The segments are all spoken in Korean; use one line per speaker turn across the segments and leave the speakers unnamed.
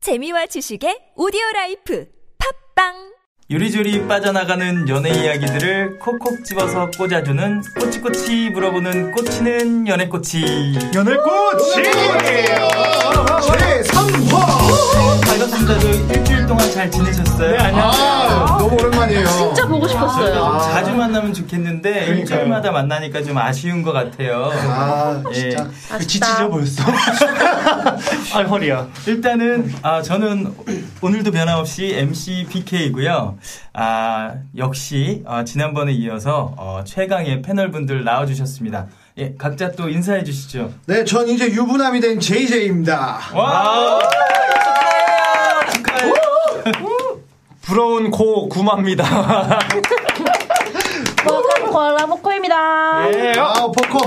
재미와 지식의 오디오 라이프 팝빵
요리조리 빠져나가는 연애 이야기들을 콕콕 집어서 꽂아주는 꼬치꼬치 물어보는 꼬치는 연애꼬치
연애꽃이 네. 제3화
반갑습니다 저 일주일 동안 잘 지내셨어요? 아. 네
아, 너무 오랜만이에요
진짜 보고 싶었어요.
자주 만나면 좋겠는데 일주일마다 만나니까 좀 아쉬운 것 같아요
아
예.
진짜
지치죠
벌써 아 허리야
일단은 아 저는 오늘도 변함없이 MC BK이고요. 아 역시 아, 지난번에 이어서 어, 최강의 패널분들 나와주셨습니다. 예, 각자 또 인사해 주시죠.
네전 이제 유부남이 된 JJ입니다
와! 축하해요! 축하해요!
부러운 고 구마입니다.
콜라 콜라 모코입니다.
아 포코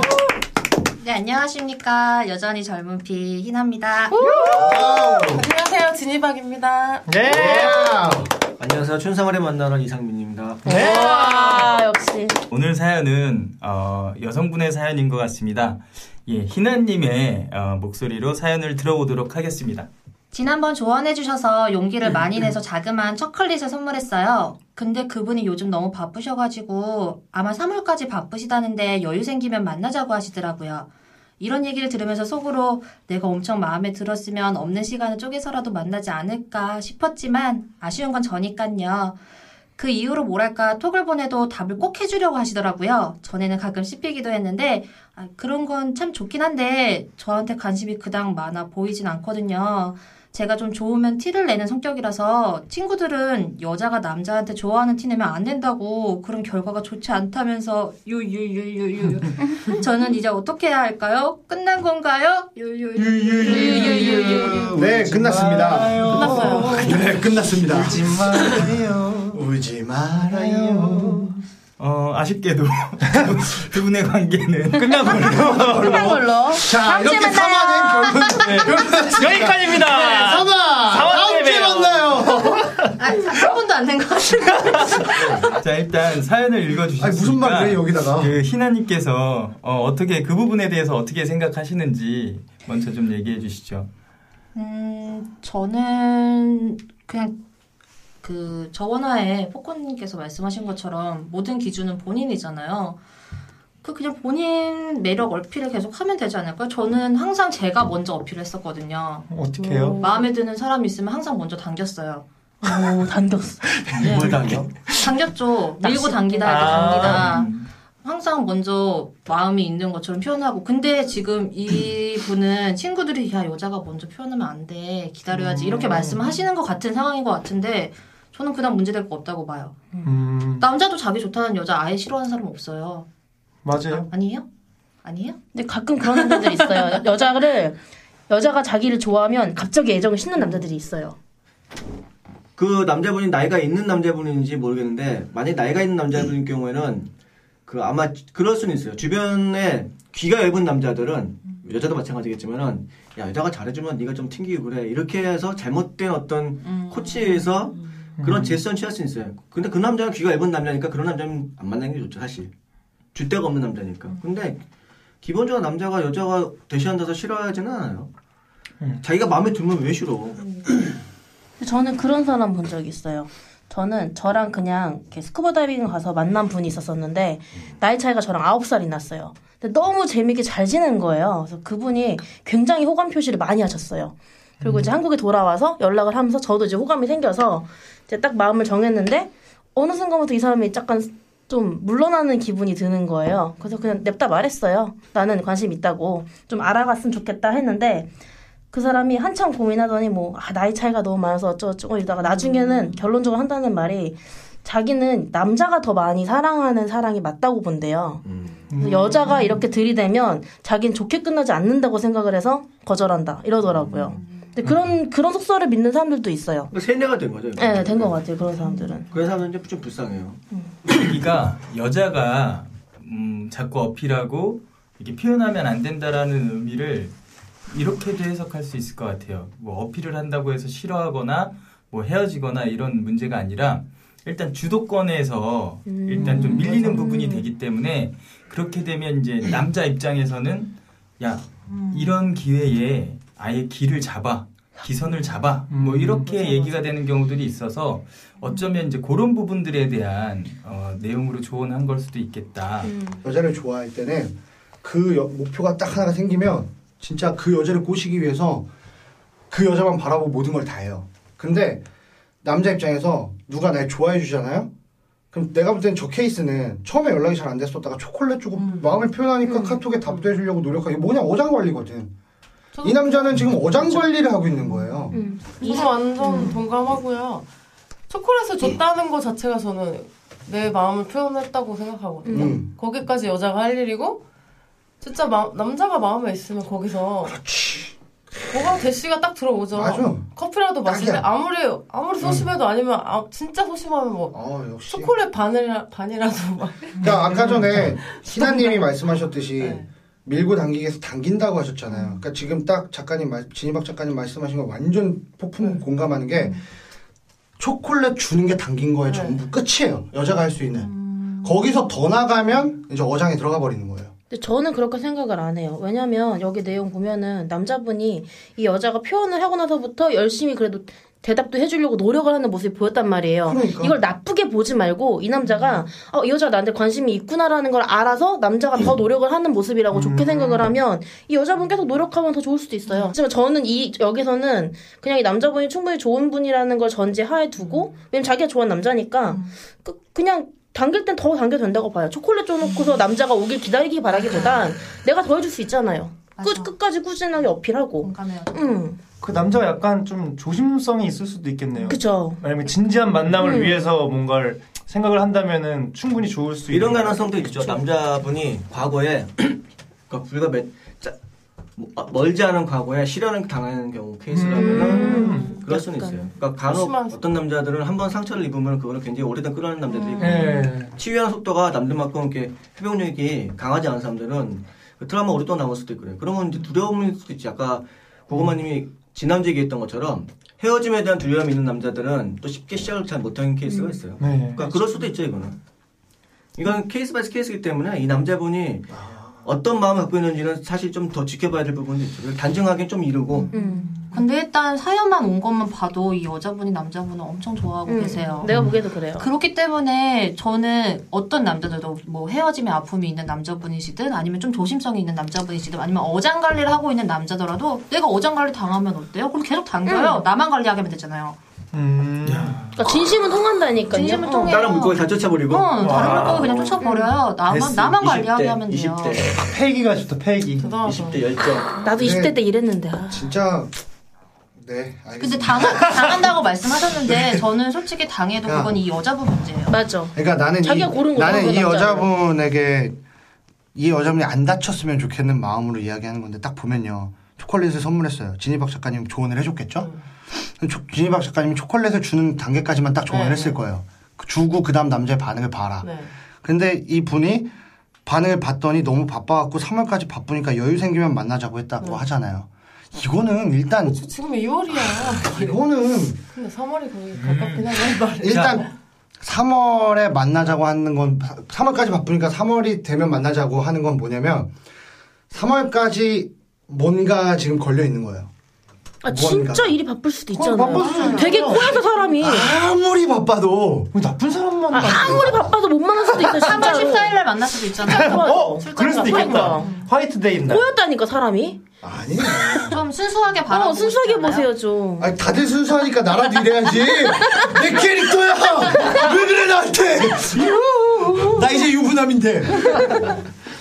네, 안녕하십니까. 여전히 젊은 피, 희나입니다.
안녕하세요, 진희박입니다.
네.
안녕하세요. 춘상아래 만나는 이상민입니다.
와 아, 역시
오늘 사연은 어, 여성분의 사연인 것 같습니다. 예, 희나님의 어, 목소리로 사연을 들어보도록 하겠습니다.
지난번 조언해주셔서 용기를 많이 내서 자그마한 초콜릿을 선물했어요. 근데 그분이 요즘 너무 바쁘셔가지고 아마 3월까지 바쁘시다는데 여유 생기면 만나자고 하시더라고요. 이런 얘기를 들으면서 속으로 내가 엄청 마음에 들었으면 없는 시간을 쪼개서라도 만나지 않을까 싶었지만 아쉬운 건 저니깐요. 그 이후로 뭐랄까 톡을 보내도 답을 꼭 해주려고 하시더라고요. 전에는 가끔 씹히기도 했는데 아, 그런 건 참 좋긴 한데 저한테 관심이 그닥 많아 보이진 않거든요. 제가 좀 좋으면 티를 내는 성격이라서 친구들은 여자가 남자한테 좋아하는 티 내면 안 된다고 그런 결과가 좋지 않다면서 유유유유유 저는 이제 어떻게 해야 할까요? 끝난 건가요? 유유유유유유
네 끝났습니다
끝났어요.
네 끝났습니다
울지
아,
마요.
울지 말아요
어, 아쉽게도 두 분의 관계는
끝난 걸로.
자 이렇게 3화는
네,
결론
여기까지입니다.
3화 다음 주에
봬요.
만나요
아, 한 번도 안 된 것 같은데
자 일단 사연을 읽어주셨으니까
아니, 무슨 말을 해, 여기다가.
그 희나님께서 어, 떻게그 부분에 대해서 어떻게 생각하시는지 먼저 좀 얘기해 주시죠.
음, 저는 그냥 그 저원화에 포코님께서 말씀하신 것처럼 모든 기준은 본인이잖아요. 그 그냥 본인 매력 어필을 계속 하면 되지 않을까요? 저는 항상 제가 먼저 어필을 했었거든요.
어떻게 해요?
마음에 드는 사람이 있으면 항상 먼저 당겼어요.
오 당겼어.
네.
뭘 당겨?
당겼죠. 밀고 당기다 이렇게
아.
당기다.
음.
항상 먼저 마음이 있는 것처럼 표현하고 근데 지금
음.
이분은 친구들이 야 여자가 먼저 표현하면 안 돼 기다려야지
음.
이렇게 말씀하시는 것 같은 상황인 것 같은데 저는 그다음 문제될 거 없다고 봐요
음,
남자도 자기 좋다는 여자 아예 싫어하는 사람 없어요
맞아요.
아니에요? 아니에요?
근데 가끔 그런 남자들 이 있어요. 여자를 여자가 자기를 좋아하면 갑자기 애정을 싣는 남자들이 있어요.
그 남자분이 나이가 있는 남자분인지 모르겠는데 만약 나이가 있는 남자분인 경우에는 그 아마 그럴 수는 있어요. 주변에 귀가 얇은 남자들은 여자도 마찬가지겠지만은 야 여자가 잘해주면 네가 좀 튕기고 그래 이렇게 해서 잘못된 어떤 코치에서 그런 제스처는 취할 수 있어요. 근데 그 남자는 귀가 얇은 남자니까 그런 남자는 안 만나는 게 좋죠 사실. 줄 데가 없는 남자니까. 근데 기본적으로 남자가 여자가 대시한다서 싫어하지는 않아요. 자기가 마음에 들면 왜 싫어?
저는 그런 사람 본 적이 있어요. 저는 저랑 그냥 이렇게 스쿠버 다이빙 가서 만난 분이 있었었는데 나이 차이가 저랑 9살이 났어요. 근데 너무 재밌게 잘 지낸 거예요. 그래서 그분이 굉장히 호감 표시를 많이 하셨어요. 그리고 이제 한국에 돌아와서 연락을 하면서 저도 이제 호감이 생겨서 이제 딱 마음을 정했는데 어느 순간부터 이 사람이 약간 좀 물러나는 기분이 드는 거예요. 그래서 그냥 냅다 말했어요. 나는 관심 있다고 좀 알아갔으면 좋겠다 했는데 그 사람이 한참 고민하더니 뭐 아, 나이 차이가 너무 많아서 어쩌고저쩌고 이러다가 나중에는 결론적으로 한다는 말이 자기는 남자가 더 많이 사랑하는 사랑이 맞다고 본대요. 그래서 여자가 이렇게 들이대면 자기는 좋게 끝나지 않는다고 생각을 해서 거절한다 이러더라고요. 근데 그런 그런 속설을 믿는 사람들도 있어요.
그러니까 세뇌가 된 거죠.
네, 된 것 같아요. 그런 사람들은.
그런 사람은 이제 좀 불쌍해요.
여기가 여자가 음, 자꾸 어필하고 이게 표현하면 안 된다라는 의미를 이렇게도 해석할 수 있을 것 같아요. 뭐 어필을 한다고 해서 싫어하거나 뭐 헤어지거나 이런 문제가 아니라 일단 주도권에서 일단 좀 밀리는 부분이 되기 때문에 그렇게 되면 이제 남자 입장에서는 야 이런 기회에 아예 길을 잡아 기선을 잡아
음.
뭐 이렇게 얘기가 되는 경우들이 있어서 어쩌면 이제 그런 부분들에 대한 어, 내용으로 조언한 걸 수도 있겠다.
음,
여자를 좋아할 때는 그 여- 목표가 딱 하나가 생기면 진짜 그 여자를 꼬시기 위해서 그 여자만 바라보고 모든 걸 다 해요. 근데 남자 입장에서 누가 날 좋아해 주잖아요? 그럼 내가 볼 때는 저 케이스는 처음에 연락이 잘 안 됐었다가 초콜릿 주고 마음을 표현하니까 카톡에 답도 해주려고 노력하고 이게 뭐냐 어장관리거든. 이 남자는 지금 어장관리를 하고 있는 거예요.
저는 완전
음.
동감하고요.
예.
초콜릿을 줬다는 거 자체가 저는 내 마음을 표현했다고 생각하거든요.
음.
거기까지 여자가 할 일이고 진짜 마- 남자가 마음에 있으면 거기서 뭐가 대시가 딱 들어오죠.
맞아.
커피라도 마실 때
딱이야.
아무리 아무리 소심해도 아니면 아, 진짜 소심하면 뭐
아 역시.
초콜릿 반을 반이라도 막
그러니까 아까 전에 희나님이 말씀하셨듯이
네.
밀고 당기기 위해서 당긴다고 하셨잖아요. 그러니까 지금 딱 작가님, 말- 진희박 작가님 말씀하신 거 완전 폭풍
네.
공감하는 게 초콜릿 주는 게 당긴 거에
네. 음.
전부 끝이에요. 여자가 할 수 있는. 거기서 더 나가면 이제 어장에 들어가 버리는 거예요.
근데 저는 그렇게 생각을 안 해요. 왜냐면 여기 내용 보면은 남자분이 이 여자가 표현을 하고 나서부터 열심히 그래도 대답도 해주려고 노력을 하는 모습이 보였단 말이에요.
그러니까.
이걸 나쁘게 보지 말고 이 남자가 어, 이 여자가 나한테 관심이 있구나라는 걸 알아서 남자가 더 노력을 하는 모습이라고
음.
좋게 생각을 하면 이 여자분 계속 노력하면 더 좋을 수도 있어요. 하지만 저는 이 여기서는 그냥 이 남자분이 충분히 좋은 분이라는 걸 전제하에 두고 왜냐면 자기가 좋아하는 남자니까 그, 그냥 당길 땐 더 당겨 된다고 봐요. 초콜릿 줘놓고서 남자가 오길 기다리기 바라기보단 내가 더 해줄 수 있잖아요. 끝,
맞아.
끝까지 꾸준하게 어필하고.
공감해요.
음,
그 남자가 약간 좀 조심성이 있을 수도 있겠네요.
그쵸.
만약에 진지한 만남을
음.
위해서 뭔가를 생각을 한다면은 충분히 좋을 수
이런
있는
가능성도 있죠. 남자분이 과거에 그러니까 불과 몇 짜- 뭐, 아, 멀지 않은 과거에 실현을 당하는 경우 케이스라면은
음.
그럴 수는 있어요. 그러니까 간혹
심한-
어떤 남자들은 한 번 상처를 입으면 그거를 굉장히 오래된 끌어내는 남자들이 있고
예.
치유하는 속도가 남들만큼 이렇게 회복력이 강하지 않은 사람들은 그 트라우마 오랫동안 남을 수도 있고요. 그러면 이제 두려움일 수도 있지. 아까 고구마님이 지난주에 얘기했던 것처럼 헤어짐에 대한 두려움이 있는 남자들은 또 쉽게 시작을 잘 못하는
음.
케이스가 있어요.
네.
그러니까 그럴 수도 있죠 이거는. 이건 케이스 바이 케이스이기 때문에 이 남자분이
아.
어떤 마음을 갖고 있는지는 사실 좀 더 지켜봐야 될 부분도 있죠. 그걸 단정하기는 좀 이르고
음.
근데 일단 사연만 온 것만 봐도 이 여자분이 남자분을 엄청 좋아하고
음.
계세요.
내가 보기에도 그래요.
그렇기 때문에 저는 어떤 남자들도 뭐 헤어짐의 아픔이 있는 남자분이시든 아니면 좀 조심성이 있는 남자분이시든 아니면 어장 관리를 하고 있는 남자더라도 내가 어장 관리 당하면 어때요? 그럼 계속 당겨요. 나만 관리하게 되잖아요.
음.
그러니까 진심은 통한다니까요.
진심은 통해.
다른 물고기 다 쫓아버리고
어, 다른
와.
물고기 그냥 쫓아버려요. 나만
뭐, 됐어.
나만
20대,
관리하게 하면 돼요.
20대,
패기가 좋다 패기.
대단하죠.
20대 열정.
어, 나도
네.
20대 때 이랬는데. 아.
진짜 네 알겠습니다.
근데 당, 당한다고 말씀하셨는데 저는 솔직히 당해도
야.
그건 이 여자분 문제예요.
맞아.
그러니까 나는 이,
자기가 고른 거잖아,
나는 이
그 남자를.
여자분에게 이 여자분이 안 다쳤으면 좋겠는 마음으로 이야기하는 건데 딱 보면요 초콜릿을 선물했어요 진희박 작가님 조언을 해줬겠죠
음.
근데 초- 진희박 작가님이 초콜릿을 주는 단계까지만 딱 조언을
네,
했을 거예요 그 주고 그 다음 남자의 반응을 봐라
네.
근데 이 분이 반응을 봤더니 너무 바빠갖고 3월까지 바쁘니까 여유 생기면 만나자고 했다고
네.
하잖아요 이거는 일단
지금
아,
2월이야.
이거는
근데 3월이 거의 가깝긴 뭐, 한데 말이.
일단 3월에 만나자고 하는 건 3월까지 바쁘니까 3월이 되면 만나자고 하는 건 뭐냐면 3월까지 뭔가 지금 걸려 있는 거예요.
아,
뭔가.
진짜 일이 바쁠 수도
그건 바쁠 수도
있잖아요. 되게
있어요.
꼬여서 사람이.
아무리 바빠도
뭐 나쁜 사람만
아, 아무리 바빠도 못 만날 수도 있어요,
3월
진짜로.
14일 날 만날 수도 있잖아요.
어, 그럴 수도 있겠다.
그러니까.
화이트데이
네.
날.
꼬였다니까, 사람이.
아니에요.
좀 순수하게 바라보고
어, 순수하게
싶잖아요.
보세요, 좀.
아니 다들 순수하니까 나라도 이래야지. 내 캐릭터야. 왜 그래 나한테? 나 이제 유부남인데.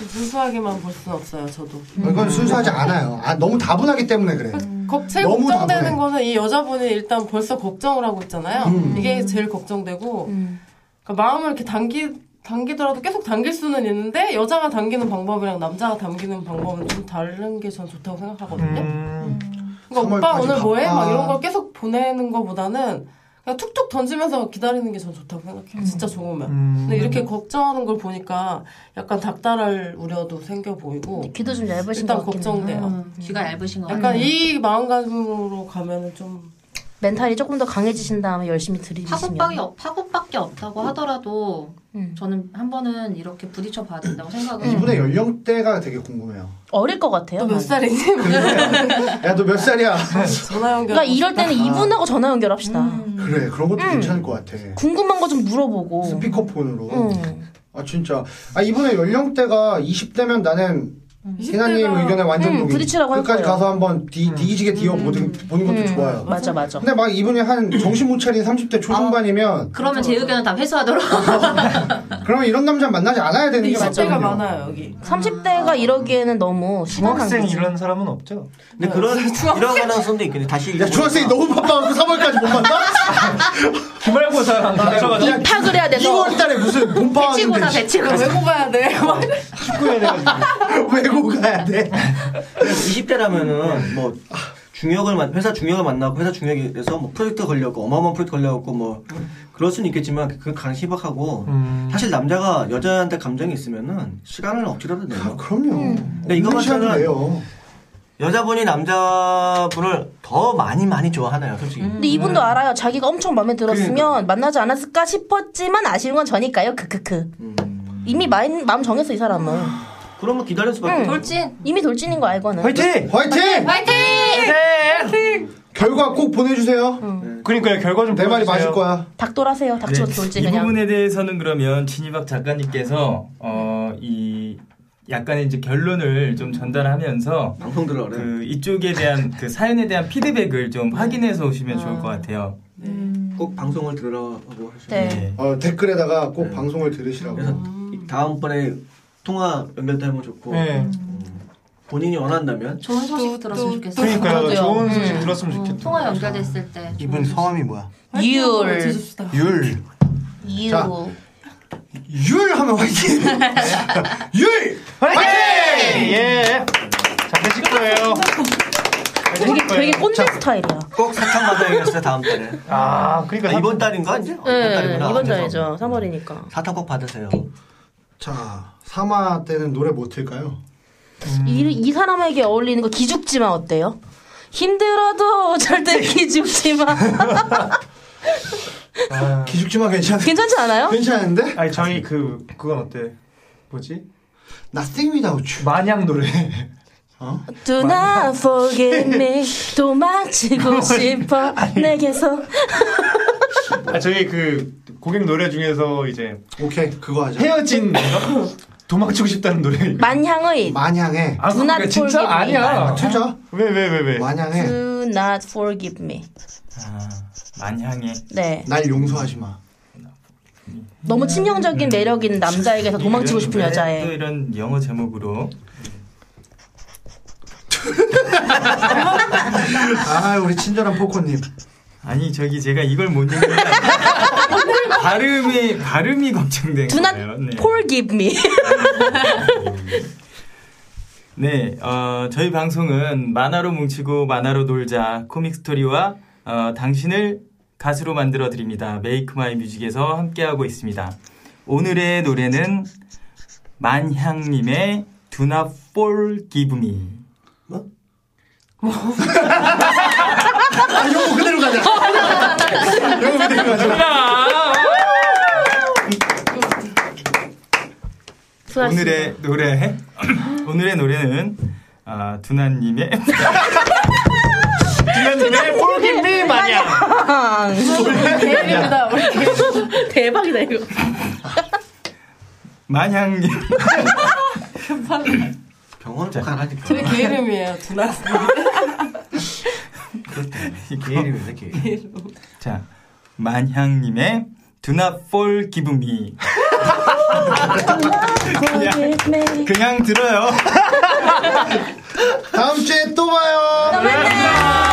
순수하게만 볼 수는 없어요. 저도.
아, 이건 순수하지 않아요. 아 너무 다분하기 때문에 그래.
걱- 제일
너무
걱정되는
다분해.
거는 이 여자분이 일단 벌써 걱정을 하고 있잖아요.
음.
이게 제일 걱정되고 그러니까 마음을 이렇게 당기 당기더라도 계속 당길 수는 있는데 여자가 당기는 방법이랑 남자가 당기는 방법은 좀 다른 게 전 좋다고 생각하거든요.
음.
네.
그러니까 오빠
3월까지
오늘 뭐해? 막
바빠.
이런 걸 계속 보내는 거보다는 그냥 툭툭 던지면서 기다리는 게 전 좋다고 생각해요. 진짜 좋으면.
음.
근데 이렇게 걱정하는 걸 보니까 약간 닥달할 우려도 생겨 보이고
귀도 좀 얇으신
일단
것 같긴
걱정돼요.
해요.
음, 귀가 얇으신 것 같아요.
약간 이 마음가짐으로 가면은 좀
멘탈이 조금 더 강해지신 다음에 열심히 들이미시면.
파국밖에, 없- 파국밖에 없다고 하더라도
음.
저는 한 번은 이렇게 부딪혀 봐야 된다고 생각을
이분의 연령대가 되게 궁금해요.
어릴 것 같아요.
너 몇
나는.
살이니?
야, 너 몇 살이야?
전화 연결.
그러니까 이럴 때는 이분하고 전화 연결합시다.
그래, 그런 것도
음.
괜찮을 것 같아.
궁금한 거 좀 물어보고.
스피커폰으로.
음.
아, 진짜. 아, 이분의 연령대가 20대면 나는
음.
희나님 의견에 완전
음,
동의.
부딪히라고 할
끝까지
거예요.
가서 한번 뒤, 뒤지게 뒤어보는 보는 것도
음,
좋아요.
맞아 맞아.
근데 막 이분이 한 정신 못 차린 30대 초중반이면
그러면 제 의견은 다 회수하도록
아,
그러면 이런 남자 만나지 않아야 되는
근데
게
20대가
맞거든요.
많아요 여기.
30대가 이러기에는 너무 시간
중학생
낭비지.
이런 사람은 없죠.
근데 그런 이런 가능성도 있겠네. 다시
야,
읽어보니까.
중학생이 너무 바빠갖고 3월까지 못 만나?
기말고사랑 가져가지고
그냥
입학을 해야 돼서
2월 달에 무슨 본파
뭐
치고다
하는데
배치고
왜 고가야 돼?
축구해야 돼가지고.
외국 가야 돼?
20대라면은 뭐 중역을 만- 회사 중역을 만나고 회사 중역에서 뭐 프로젝트 걸려갖고 어마어마한 프로젝트 걸려갖고 뭐 그럴 수는 있겠지만 그 강시 희박하고
음.
사실 남자가 여자한테 감정이 있으면은 시간을 억지로도
아,
내요.
그럼요.
근데 이것만
시간도
저는-
돼요.
여자분이 남자분을 더 많이 많이 좋아하나요, 솔직히.
음.
근데 이분도 알아요. 자기가 엄청 마음에 들었으면 만나지 않았을까 싶었지만 아쉬운 건 저니까요. 크크크. 이미 마인, 마음 정했어 이 사람은.
그러면 기다릴
음.
수밖에. 없죠.
네. 돌진
이미 돌진인 거 알고는.
화이팅!
화이팅!
화이팅
결과 꼭 보내주세요.
그러니까요 결과 좀
내 말이 맞을
보여주세요.
네 거야.
닥돌하세요. 닥쳐
네,
돌진
이
그냥.
부분에 대해서는 그러면 진희박 작가님께서 어, 이 약간의 이제 결론을 좀 전달하면서
방송 들으라 그래.
네.
그 이쪽에 대한 그 사연에 대한 피드백을 좀 확인해서 오시면 좋을 것 같아요.
꼭 방송을 들으라고 하시고.
네.
네.
어, 댓글에다가 꼭
네.
방송을 들으시라고.
그래서 다음번에 통화 연결도 하면 좋고
네.
본인이 원한다면
좋은 소식 들었으면 좋겠어요
그러니까요
그러게요.
좋은 소식
음.
들었으면 좋겠다.
통화 연결됐을 때
이분 성함이 뭐야?
율.
줍시다.
율.
유.
자. 율 하면 화이팅! 율!
화이팅! 예. 잘 되실 거예요. 잘 되실
되게,
거예요.
되게 꼰대 스타일이야.
꼭 사탕 받아야겠어요 다음 달에.
네,
아 그러니까
아, 이번 달인가 이제? 어, 이번
네,
달이구나.
이번
그래서
달이죠. 3월이니까.
사탕 꼭 받으세요.
자, 사마 때는 노래 뭐 틀까요?
이, 이 사람에게 어울리는 거 기죽지마 어때요? 힘들어도
네.
절대 기죽지마.
기죽지마 괜찮아.
괜찮지 않아요?
괜찮은데?
아니 저희 그 그건 어때? 뭐지?
Nothing without you.
마냥 노래.
Do not forget me. 도망치고 싶어 내게서.
아 저희 그 고객 노래 중에서 이제
오케이, 그거 하자.
헤어진 내가 도망치고 싶다는 노래.
만향의
마냥해.
아
누나
그러니까 진짜
폴기네.
아니야.
진짜?
왜 왜 왜
네.
왜?
마냥해.
Do not forgive me.
아, 만향에
네.
날 용서하지 마.
너무
음.
치명적인 매력인
네.
남자에게서 도망치고 싶은
이런- 또
여자에.
이런 영어 제목으로
아, 우리 친절한 포코님.
아니 저기 제가 이걸 못 읽는 발음이 발음이 걱정된
Do not
거예요. 네.
forgive me.
네, 어, 저희 방송은 만화로 뭉치고 만화로 놀자 코믹 스토리와 어, 당신을 가수로 만들어 드립니다. 메이크 마이 뮤직에서 함께하고 있습니다. 오늘의 노래는 만향님의 Do Not Forgive Me.
아, 요거 그대로 가자. 요거 그대로 가자.
수고하셨습니다.
오늘의 노래 오늘의 노래는 아, 두나님의
두나님의 폴킴비 마냥.
대박이다. 우리
대박이다 이거.
만향님
병원 꼭 가라니까.
저희 개 이름이에요. 두나.
개일이면 개.
자 만향님의 Do Not Forgive Me
Forgive me.
그냥 들어요.
다음 주에 또 봐요.
또 만나요.